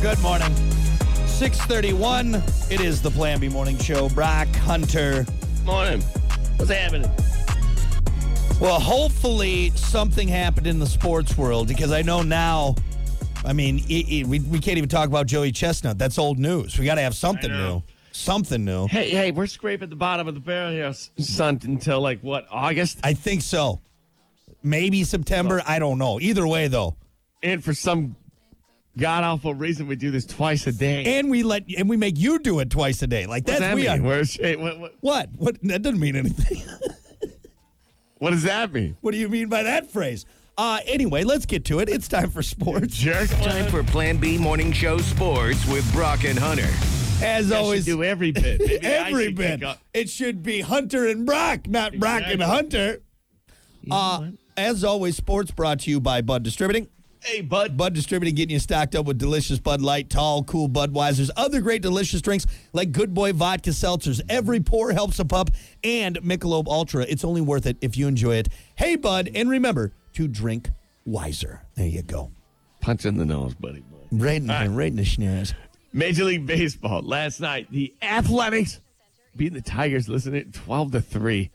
Good morning. 631. It is the Plan B Morning Show. Brock Hunter. Morning. What's happening? Well, hopefully something happened in the sports world because I know now, I mean, it, it- we, we can't even talk about Joey Chestnut. That's old news. We got to have something I know. new. Something new. Hey, hey, we're scraping the bottom of the barrel here, s- son, until like what, August? I think so. Maybe September. I don't know. Either way, though. And for some god awful reason, we do this twice a day. And we let and we make you do it twice a day. Like What's that's that weird. mean? Where's, hey, what, what, What? What? That doesn't mean anything. what does that mean? What do you mean by that phrase? Uh, anyway, let's get to it. It's time for sports. Jerk. Time for Plan B Morning Show Sports with Brock and Hunter. As I should always, do every bit. Maybe I every should bit. pick up- It should be Hunter and Brock, not Brock and Exactly. Hunter. Uh, as always, sports brought to you by Bud Distributing. Hey, bud. Bud Distributing getting you stocked up with delicious Bud Light, tall, cool Budweiser's, other great delicious drinks like Good Boy Vodka Seltzers. Every pour helps a pup and Michelob Ultra. It's only worth it if you enjoy it. Hey, Bud, and remember to drink wiser. There you go. Punch in the nose, buddy. boy. Right in, right in the schnoz. Major League Baseball last night. The Athletics beat the Tigers. Listen, it twelve to three.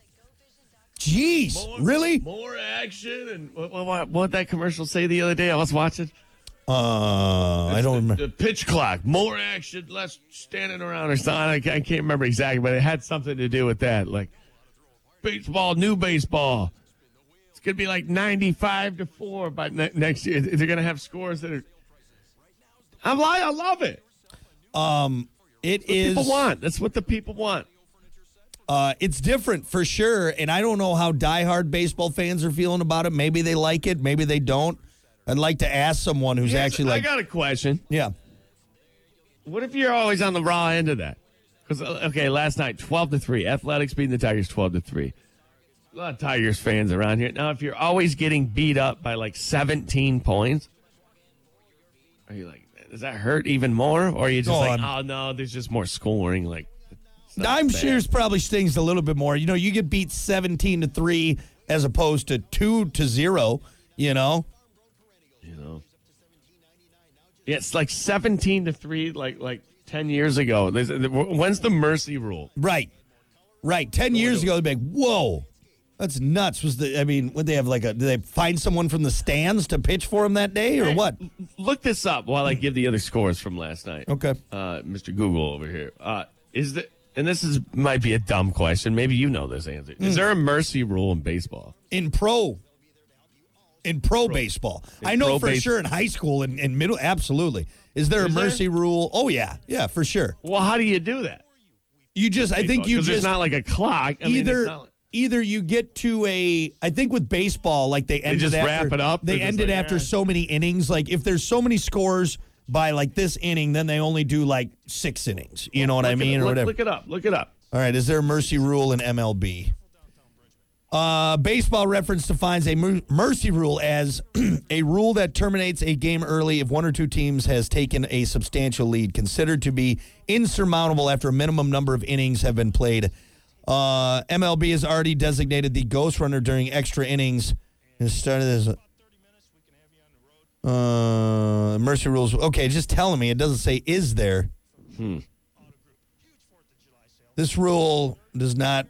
Jeez, really? More action and what, what, what what'd that commercial say the other day? I was watching Uh, I don't remember. the pitch clock. More action, less standing around or something. I, ca- I can't remember exactly, but it had something to do with that. Like baseball, new baseball. It's gonna be like ninety-five to four by ne- next year. They're gonna have scores that are. I'm lying. I love it. It is. People want. That's what the people want. Uh, it's different for sure, and I don't know how diehard baseball fans are feeling about it. Maybe they like it, maybe they don't. I'd like to ask someone who's Here's- actually I like, got a question. yeah, What if you're always on the raw end of that? Because okay, last night twelve to three, Athletics beating the Tigers twelve to three. A lot of Tigers fans around here. Now, if you're always getting beat up by like seventeen points, are you like, does that hurt even more, or are you just Go like, on. oh no, there's just more scoring? Like, it's not I'm bad. sure it probably stings a little bit more. You know, you get beat 17 to three as opposed to two to zero. You know, you know. Yeah, it's like seventeen to three, like like ten years ago. There's- When's the mercy rule? right, right. Ten years ago, they'd be like, whoa. That's nuts. Was the I mean, would they have like a? Did they find someone from the stands to pitch for him that day, or what? Look this up while I give the other scores from last night. Okay. uh, Mr. Google over here. Uh, is the and this is might be a dumb question. Maybe you know this answer. Hmm. Is there a mercy rule in baseball? in pro in pro, baseball. I know pro for base- sure in high school and, and middle absolutely. Is there a Is there? mercy rule? Oh yeah, yeah, for sure. Well, how do you do that? You just I think you 'Cause just there's not like a clock. I mean, it's either not like- either you get to a I think with baseball like they ended just after, wrap it up. They're They just ended like, after "Eh." so many innings. Like if there's so many scores by like this inning, then they only do like six innings. You know what I Look it- mean, or look, whatever. Look it up. Look it up. All right, is there a mercy rule in MLB? Uh, baseball reference defines a mer- mercy rule as a rule that terminates a game early if one or two teams has taken a substantial lead, considered to be insurmountable after a minimum number of innings have been played. Uh, MLB has already designated the ghost runner during extra innings and started as uh, mercy rules. Okay, just telling me it doesn't say is there. This rule does not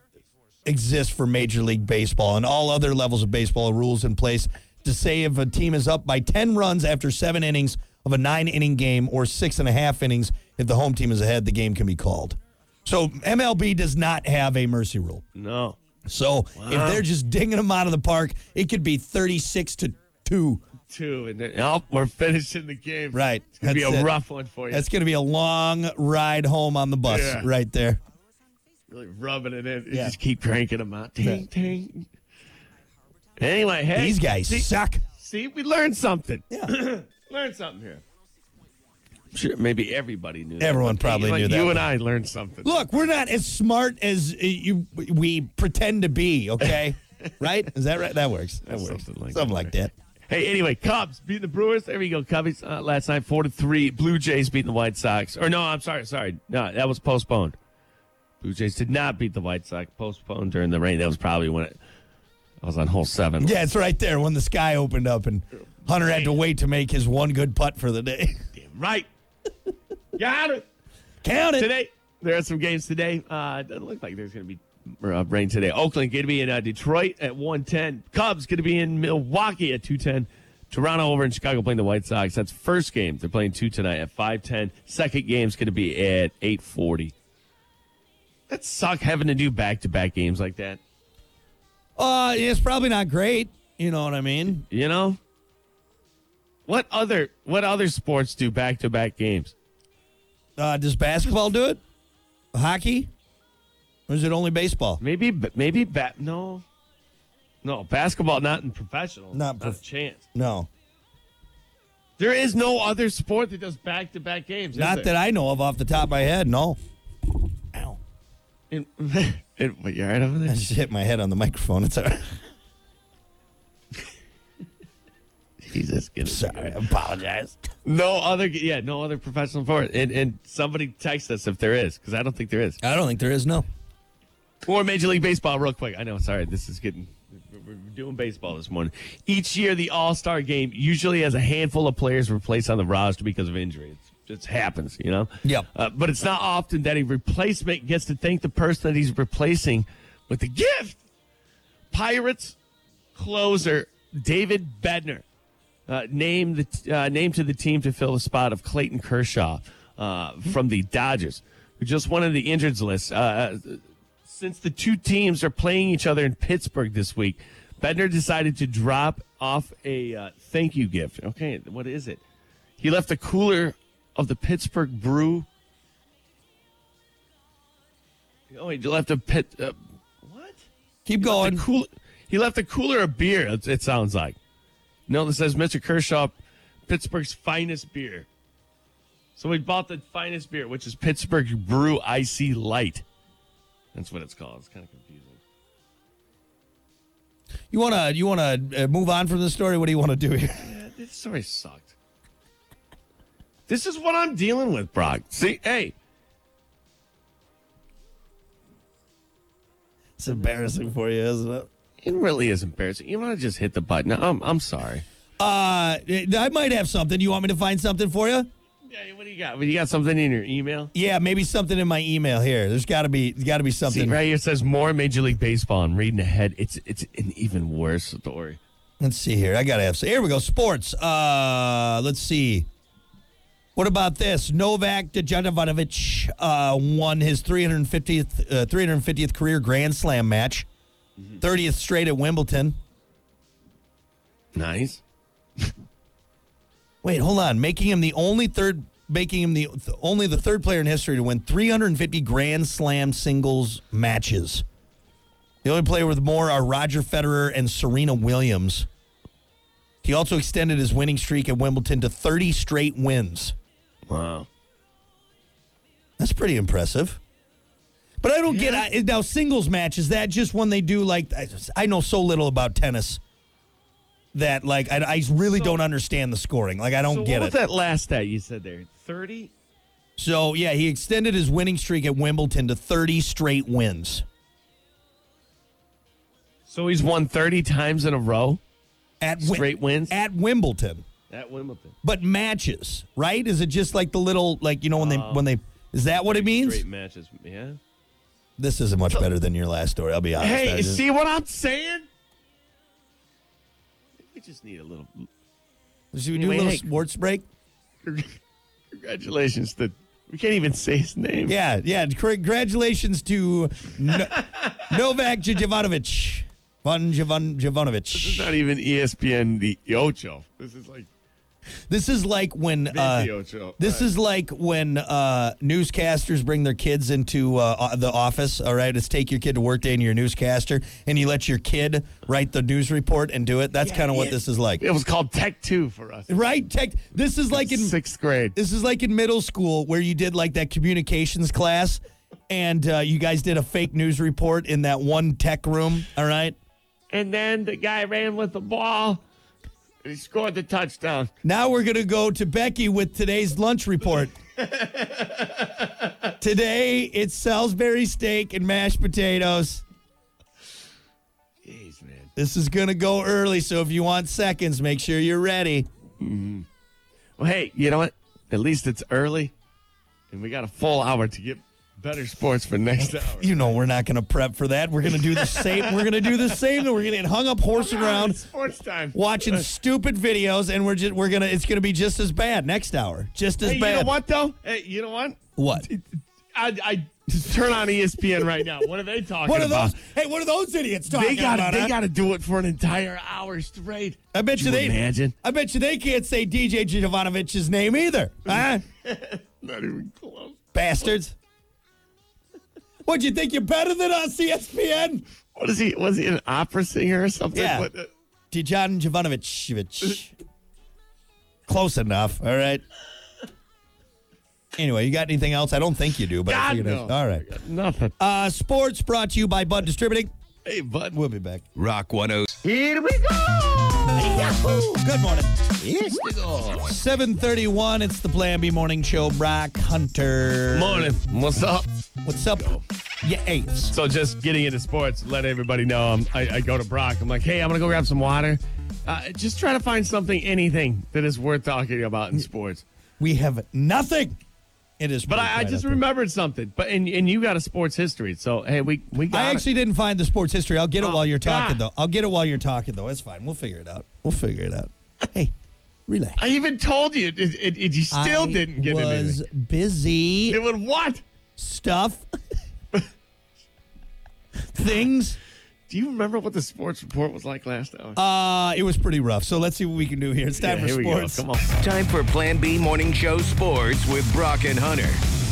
exist for Major League Baseball and all other levels of baseball rules in place to say if a team is up by 10 runs after seven innings of a nine inning game or six and a half innings, if the home team is ahead, the game can be called. So MLB does not have a mercy rule. No. So if they're just dinging them out of the park, it could be 36 to 2. Two and then oh, we're finishing the game. Right. It's gonna That's be a it. rough one for you. That's going to be a long ride home on the bus Yeah. right there. really rubbing it in. You Yeah. Just keep cranking them out. Ting, ting. Anyway, hey, These guys see- suck. See, we learned something. Yeah. learned something here. Sure, maybe everybody knew. that, Everyone but probably you- knew that You one. and I learned something. Look, we're not as smart as uh, you we pretend to be. Okay, right? Is that right? That works. That works. Something like Something that, like that. Hey, anyway, Cubs beat the Brewers. There we go, Cubbies. Uh, last night, four to three. Blue Jays beating the White Sox. Or no, I'm sorry, sorry. No, that was postponed. Blue Jays did not beat the White Sox. Postponed during the rain. That was probably when it, I was on hole seven. Yeah, it's right there when the sky opened up and Hunter had to wait to make his one good putt for the day. Damn right. Got it. Count it. Today, there are some games today. Uh, it doesn't look like there's going to be uh, rain today. Oakland going to be in uh, Detroit at 110. Cubs going to be in Milwaukee at 210. Toronto over in Chicago playing the White Sox. That's first game. They're playing two tonight at 510. Second game's going to be at 840. That suck having to do back-to-back games like that. Uh, it's probably not great. You know what I mean? You know? What other what other sports do back-to-back games? Uh, does basketball do it? Hockey? Or is it only baseball? Maybe maybe bat no. No, basketball not in professional. Not prof- a chance. No. There is no other sport that does back to back games. Not that I know of off the top of my head, no. Ow. It, it, what, you all right over I there? just hit my head on the microphone. It's all right. Jesus, get it. Sorry, I apologize. No other, yeah, no other professional sport. And and somebody text us if there is, because I don't think there is. I don't think there is, no. Or Major League Baseball, real quick. I know, sorry, this is getting. We're doing baseball this morning. Each year, the All Star game usually has a handful of players replaced on the roster because of injury. It just happens, you know? Yep. Uh, but it's not often that a replacement gets to thank the person that he's replacing with a gift. Pirates closer David Bednar uh, named the t- uh, named to the team to fill the spot of Clayton Kershaw uh, from the Dodgers, who just went on the injured list. Uh, uh, since the two teams are playing each other in Pittsburgh this week, Bednar decided to drop off a uh, thank you gift. Okay, what is it? He left a cooler of the Pittsburgh Brew. Oh, he left a pit. Uh, what? Keep a going. cool, he left a cooler of beer. It, it sounds like. No, this says Mr. Kershaw, Pittsburgh's finest beer. So we bought the finest beer, which is Pittsburgh Brew Icy Light. That's what it's called. It's kind of confusing. You want to you wanna uh, move on from this story? What do you want to do here? Yeah, this story sucked. This is what I'm dealing with, Brock. See, hey, It's embarrassing for you, isn't it? it really is embarrassing. You want to just hit the button? I'm, I'm sorry. Uh, I might have something. You want me to find something for you? Yeah, what do you got? You got something in your email? Yeah, maybe something in my email here. There's got to be, there's got to be something. See, right here it says more Major League Baseball. I'm reading ahead. It's it's an even worse story. Let's see here. I gotta have. Some. Here we go. Sports. Uh, let's see. What about this? Novak Djordjevic uh, won his 350th uh, 350th career Grand Slam match, 30th straight at Wimbledon. Nice. Wait, hold on. Making him the only third, making him the th- only the third player in history to win 350 Grand Slam singles matches. The only player with more are Roger Federer and Serena Williams. He also extended his winning streak at Wimbledon to 30 straight wins. Wow. That's pretty impressive. But I don't get I, now singles match. Is that just when they do like I, I know so little about tennis that like I, I really don't understand the scoring. Like I don't so get what it. was that last stat you said there? Thirty. So yeah, he extended his winning streak at Wimbledon to 30 straight wins. So he's won thirty times in a row At Wim- Straight wins? at Wimbledon, at Wimbledon. but matches, right? Is it just like the little like you know when they when they is that what it means? Great matches. Yeah. This isn't much better than your last story. I'll be honest. Hey, I just- see what I'm saying? We just need a little. should we do a Wait, little hey. sports break? Congratulations to. We can't even say his name. Yeah, yeah. Congratulations to no- Novak Djivanovic. Von Jivon, This is Jivanovic. not even E ESPN the Ocho. This is like This is like when uh, the Ocho. This is like when uh, newscasters bring their kids into uh, o- the office. All right, it's take your kid to work day and you're a newscaster, and you let your kid write the news report and do it. That's kind of what this is like, It was called Tech Two for us. right? Tech. This is like in sixth grade. this is like in middle school where you did like that communications class, and uh, you guys did a fake news report in that one tech room. All right. And then the guy ran with the ball. And he scored the touchdown. Now we're going to go to Becky with today's lunch report. Today it's Salisbury steak and mashed potatoes. Jeez, man. This is going to go early, so if you want seconds, make sure you're ready. Well, hey, you know what? At least it's early. and we got a full hour to get better sports for next hour. You know we're not going to prep for that. We're going to do the same. We're going to do the same. We're going to get hung up horsing around, sports time. watching stupid videos, and we're just we're gonna. It's going to be just as bad next hour. Just as Hey, you bad. know what though? Hey, you know what? What? I, I just turn on E ESPN right now. What are they talking What are about? those? Hey, what are those idiots talking They got about? they huh? got to do it for an entire hour straight. I bet Could you, they imagine. I bet you they can't say DJ Jovanovich's name either. Huh? Not even close. Bastards. What, you think you're better than us, E ESPN? What is he? Was he an opera singer or something? Yeah. What, uh, Dijon Jovanovic. Close enough, all right? Anyway, you got anything else? I don't think you do, but I God, figured no. I- all right. nothing. Uh, sports brought to you by Bud Distributing. Hey, bud. We'll be back. Rock oh. 10. Yahoo! Good morning. 731, it's the Plan B Morning Show. Brock Hunter. Morning. What's up? What's up? You apes. So just getting into sports, let everybody know. I'm, I, I go to Brock. I'm like, hey, I'm gonna go grab some water. Uh, just try to find something, anything that is worth talking about in sports. We have nothing. It is. But pretty I, I quiet just out there. remembered something. But and and you got a sports history, so hey, we we got I it. actually didn't find the sports history. I'll get it Oh, while you're talking, God. though. I'll get it while you're talking, though. It's fine. We'll figure it out. We'll figure it out. Hey, relax. I even told you, it, it, it- you still I didn't get it. was anything. busy It would what? stuff, things. Do you remember what the sports report was like last hour? Uh, it was pretty rough. So let's see what we can do here. It's time Yeah, for here sports. we go. Come on. Time for Plan B Morning Show Sports with Brock and Hunter.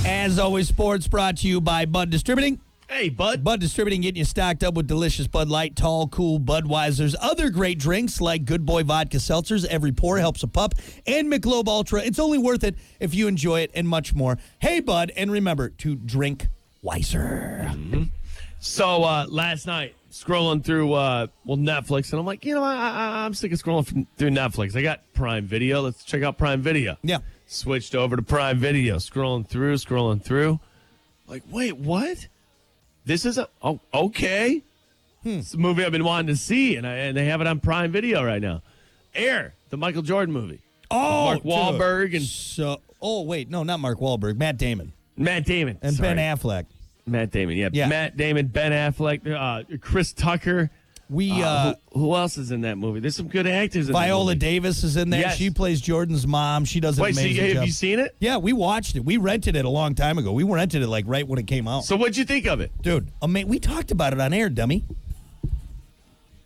As always, sports brought to you by Bud Distributing. Hey, bud. Bud Distributing getting you stocked up with delicious Bud Light, Tall, Cool, Budweiser's, other great drinks like Good Boy Vodka Seltzers. Every pour helps a pup, and McLobe Ultra. It's only worth it if you enjoy it and much more. Hey, Bud, and remember to drink wiser. So uh, last night, scrolling through uh, well Netflix, and I'm like, you know, I, I, I'm sick of scrolling from, through Netflix. I got Prime Video. Let's check out Prime Video. Yeah. Switched over to Prime Video. Scrolling through, scrolling through. Like, wait, what? This is a oh okay. Hmm. It's a movie I've been wanting to see, and I and they have it on Prime Video right now. Air, the Michael Jordan movie. Oh, Mark dude. Wahlberg and- so. Oh wait, no, not Mark Wahlberg. Matt Damon Matt Damon and Sorry. Ben Affleck. Matt Damon, yeah. Yeah. Matt Damon, Ben Affleck, uh, Chris Tucker. We uh, Uh, who, who else is in that movie? There's some good actors. In that Viola movie. Davis is in there. Yes. She plays Jordan's mom. She does an Wait, so amazing you- have job. you seen it? yeah, we watched it. We rented it a long time ago. We rented it like right when it came out. So what'd you think of it? Dude, I mean, we talked about it on air, dummy.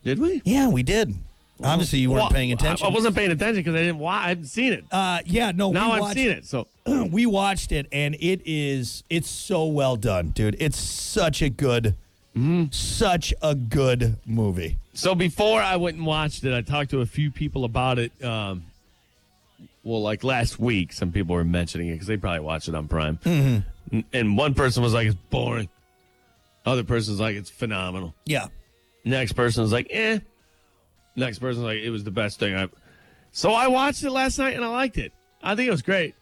Did we? Yeah, we did. Obviously, you weren't Well, paying attention. I, I wasn't paying attention because I didn't. Why? I haven't seen it. Uh, yeah, no. now we I've watched, seen it. So it. we watched it, and it is it's so well done, dude. It's such a good, Mm-hmm. such a good movie. so before I went and watched it, I talked to a few people about it. Um, well, like last week, some people were mentioning it because they probably watched it on Prime. Mm-hmm. N- And one person was like, "It's boring." Other person's like, "It's phenomenal." Yeah, Next person was like, eh. Next person was like, it was the best thing I've. So I watched it last night and I liked it. I think it was great.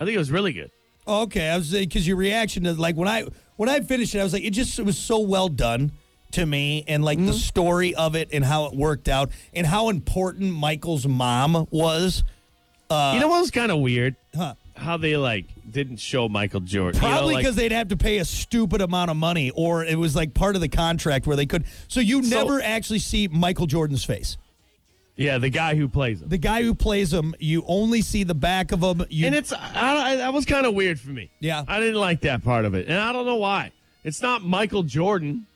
I think it was really good. Okay, I was saying because your reaction to like when I when I finished it, I was like, it just it was so well done to me, and like Mm-hmm. the story of it and how it worked out and how important Michael's mom was. Uh, you know what was kind of weird? Huh. How they like didn't show Michael Jordan. You know, Probably like- because they'd have to pay a stupid amount of money, or it was like part of the contract where they could. So you So- never actually see Michael Jordan's face. yeah, the guy who plays him. The guy who plays him, you only see the back of him. You, and it's I, I, that was kind of weird for me. Yeah. I didn't like that part of it, and I don't know why. It's not Michael Jordan.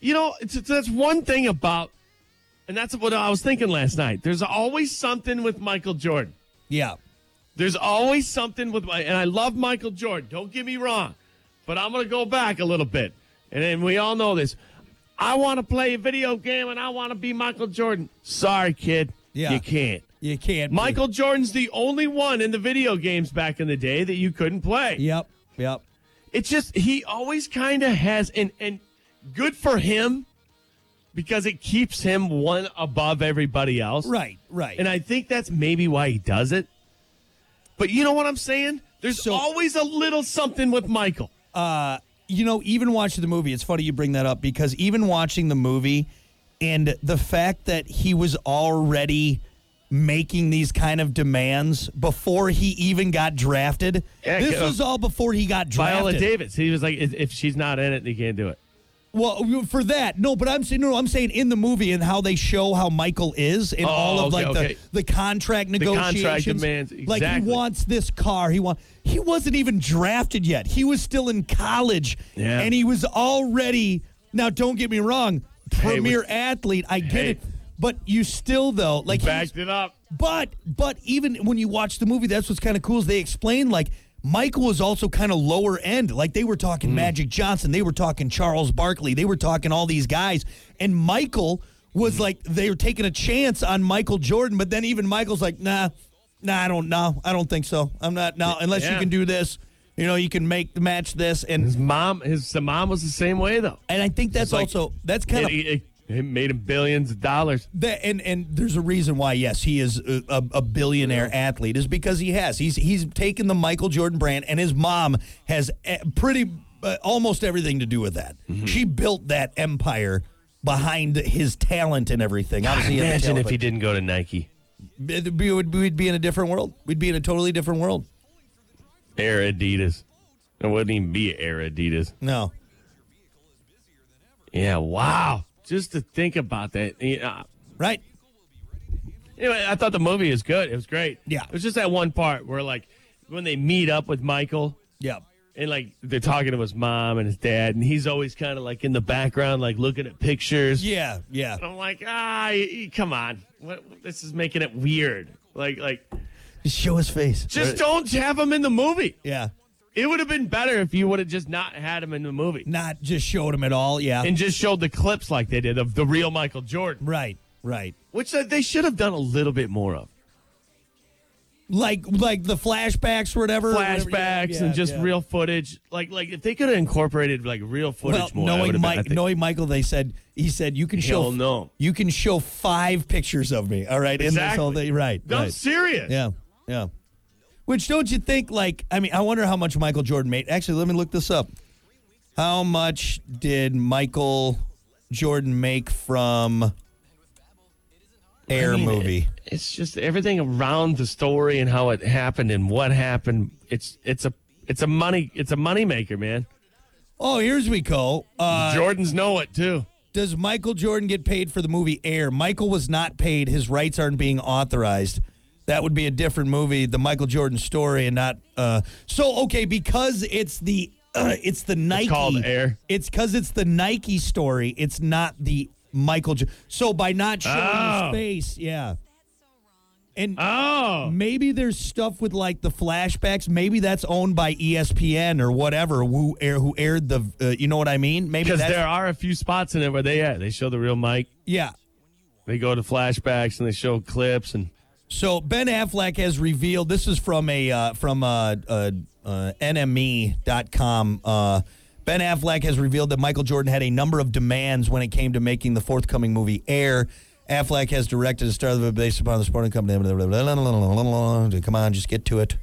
You know, it's, it's, that's one thing about, and that's what I was thinking last night. There's always something with Michael Jordan. yeah, There's always something with my, and I love Michael Jordan. Don't get me wrong, but I'm going to go back a little bit. And, and we all know this. I want to play a video game and I want to be Michael Jordan. Sorry, kid. Yeah. You can't. you can't. Michael Jordan's the only one in the video games back in the day that you couldn't play. Yep. Yep. It's just, he always kind of has, and, and good for him because it keeps him one above everybody else. Right. Right. And I think that's maybe why he does it. But you know what I'm saying? There's So- always a little something with Michael. you know, even watching the movie, it's funny you bring that up because even watching the movie and the fact that he was already making these kind of demands before he even got drafted. Yeah, this uh, was all before he got drafted. Viola Davis. He was like, if if she's not in it, he can't do it. Well, for that, no, but I'm saying no. I'm saying in the movie and how they show how Michael is in Oh, all of okay, like okay. the the contract contract negotiations. demands, Like he exactly. wants this car. He want. He wasn't even drafted yet. He was still in college, Yeah. and he was already. Now, don't get me wrong, Hey, we- premier athlete. I get Hey. it, but you still though like he's- Backed it up. but but even when you watch the movie, that's what's kind of cool is they explain like Michael was also kind of lower end. Like they were Hmm. talking Magic Johnson, they were talking Charles Barkley, they were talking all these guys, and Michael was like they were taking a chance on Michael Jordan. But then even Michael's like, nah, nah, I don't know, I don't think so. I'm not now unless you Yeah. can do this. You know, you can make the match this, and His mom, his the mom was the same way though. and I think that's It's like- also that's kind of It, it- it made him billions of dollars. That, and and there's a reason why yes he is a, a a billionaire athlete is because he has he's he's taken the Michael Jordan brand and his mom has eh, pretty uh, almost everything to do with that. She built that empire behind his talent and everything. Obviously, he had the Imagine talent, if he didn't go to Nike. but it'd be- we'd, we'd be in a different world. We'd be in a totally different world. Air Adidas. It wouldn't even be Air Adidas. No, Yeah, wow. Just to think about that. Yeah. right? Anyway, I thought the movie was good. It was great. Yeah. It was just that one part where, like, when they meet up with Michael Yeah, and, like, they're talking to his mom and his dad, and he's always kind of, like, in the background, like, looking at pictures. yeah, yeah. And I'm like, ah, y- y- come on. What, this is making it weird. Like, like, uh, Just show his face. just don't have him in the movie. yeah, It would have been better if you would have just not had him in the movie. not just showed him at all. Yeah, and just showed the clips like they did of the real Michael Jordan, right, right. which they- they should have done a little bit more of. Like like the flashbacks, or whatever. whatever, yeah, Flashbacks yeah, and just yeah. real footage. Like like if they could have incorporated like real footage more, that would knowing have Mike, been, I think- knowing Michael, they said he said you can show He'll know. you can show five pictures of me. All right, in this whole Exactly. thing, right? No, I'm right. serious. Yeah, yeah. Which don't you think? Like, I mean, I wonder how much Michael Jordan made. Actually, let me look this up. How much did Michael Jordan make from Air I mean, movie? It's just everything around the story and how it happened and what happened. It's it's a it's a money it's a moneymaker, man. Oh, here's we go. Uh, Jordans know it too. Does Michael Jordan get paid for the movie Air? Michael was not paid. His rights aren't being authorized. That would be a different movie, the Michael Jordan story, and not. Uh, so okay, because it's the it's the Nike. called Air. It's because it's the Nike story. It's not the Michael. Jo- so by not showing Oh. his face, yeah, and Oh. maybe there's stuff with like the flashbacks. Maybe that's owned by E ESPN or whatever who air who aired the. Uh, you know what I mean? Maybe Because that's, there are a few spots in it where they yeah, they show the real Mike. yeah. They go to flashbacks and they show clips and So Ben Affleck has revealed this is from a uh, from uh, uh, uh, NME.com. Uh, ben Affleck has revealed that Michael Jordan had a number of demands when it came to making the forthcoming movie Air. Affleck has directed a star of it based upon the sporting company. Come on, just get to it.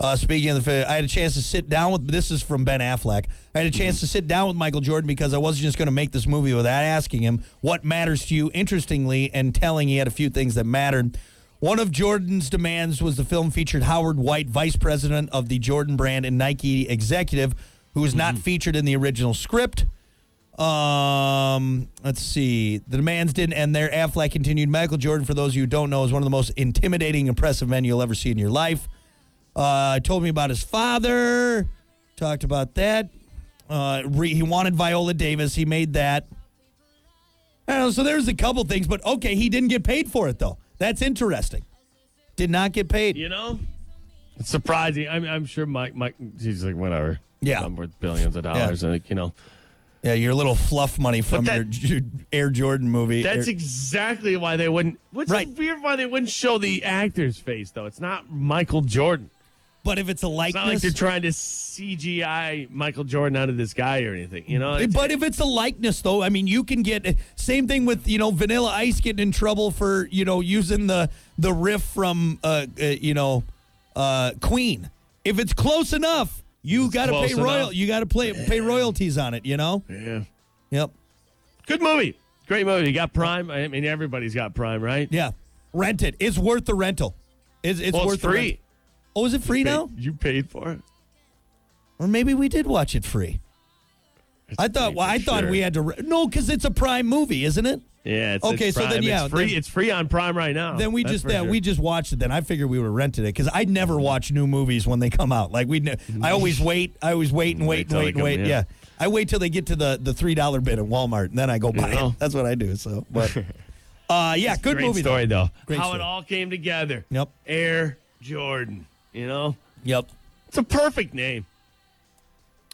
Uh, speaking of the, fa- I had a chance to sit down with. This is from Ben Affleck. I had a chance to sit down with Michael Jordan because I wasn't just going to make this movie without asking him what matters to you. Interestingly, and telling he had a few things that mattered. One of Jordan's demands was the film featured Howard White, vice president of the Jordan brand and Nike executive, who was not featured in the original script. Um, let's see. The demands didn't end there. Affleck continued. Michael Jordan, for those of you who don't know, is one of the most intimidating, impressive men you'll ever see in your life. Uh, told me about his father. Talked about that. Uh, re- he wanted Viola Davis. He made that. I don't know, so there's a couple things, but okay, he didn't get paid for it though. That's interesting. Did not get paid. You know, it's surprising. I'm, I'm sure Mike, Mike, he's like, whatever. Yeah. I'm worth billions of dollars. And like, you know, Yeah, your little fluff money from that- your J- Air Jordan movie. that's Air- exactly why they wouldn't. What's Right. weird why they wouldn't show the actor's face, though? It's not Michael Jordan. but if it's a It's likeness, not like they're trying to CGI Michael Jordan out of this guy or anything, you know? It's- But if it's a likeness, though, I mean, you can get same thing with you know Vanilla Ice getting in trouble for you know using the the riff from uh, uh you know uh Queen. If it's close enough, you got to close pay royal. enough. You got to play pay royalties on it. You know. yeah. Yep. Good movie. Great movie. You got Prime. I mean, everybody's got Prime, right? Yeah. Rent it. It's worth the rental. It's, it's well, worth it's the rent- free. Oh, is it free now? Pay- You paid for it. Or maybe we did watch it free. I thought. free Well, for I thought sure. we had to. Re- no, because it's a Prime movie, isn't it? Yeah. It's, Okay, it's so then, Prime. yeah, it's free. then- it's free on Prime right now. Then Oh, we That's just for that sure. we just watched it. Then I figured we would rent it because I never watch new movies when they come out. Like we, ne- I always wait. I always wait and wait, till they and wait and wait. come, yeah. yeah. I wait till they get to the the three dollar bid at Walmart, and then I go buy know? it. That's what I do. So, but uh, yeah, good Great movie though. story though. Great How story. it all came together. Yep. Air Jordan. You know, Yep. it's a perfect name.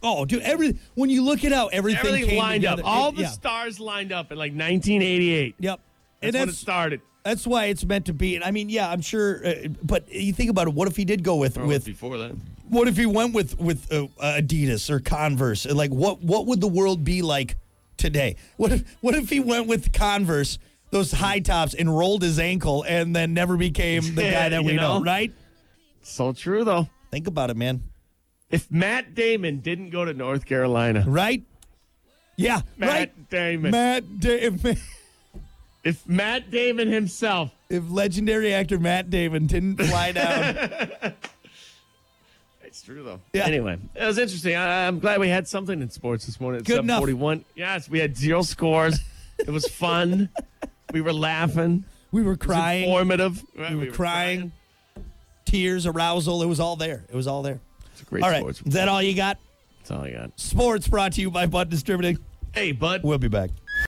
Oh, dude, every when you look it out, everything, Everything came lined together. up. All It- the yeah. stars lined up in like 1988. Yep. That's, and when it that's started. that's why it's meant to be. And I mean, yeah, I'm sure. Uh, but you think about it. What if he did go with with before that. What if he went with with uh, Adidas or Converse? And, Like what what would the world be like today? What if what if he went with Converse, those high tops, and rolled his ankle and then never became the guy that You we know. know? Right? So true though. Think about it, man. If Matt Damon didn't go to North Carolina, Right? Yeah. Matt right. Damon. Matt da- if, if Matt Damon himself, if legendary actor Matt Damon didn't fly down, it's true though. Yeah. Anyway, it was interesting. I, I'm glad we had something in sports this morning. At Good enough. 7:41. Yes, we had zero scores. it was fun. We were laughing. we were It was crying. Informative. Right, We were crying. Tears, arousal. It was all there. It was all there. It's a great All right. sports. Is that all you got? That's all I got. Sports brought to you by Bud Distributing. Hey, bud. We'll be back.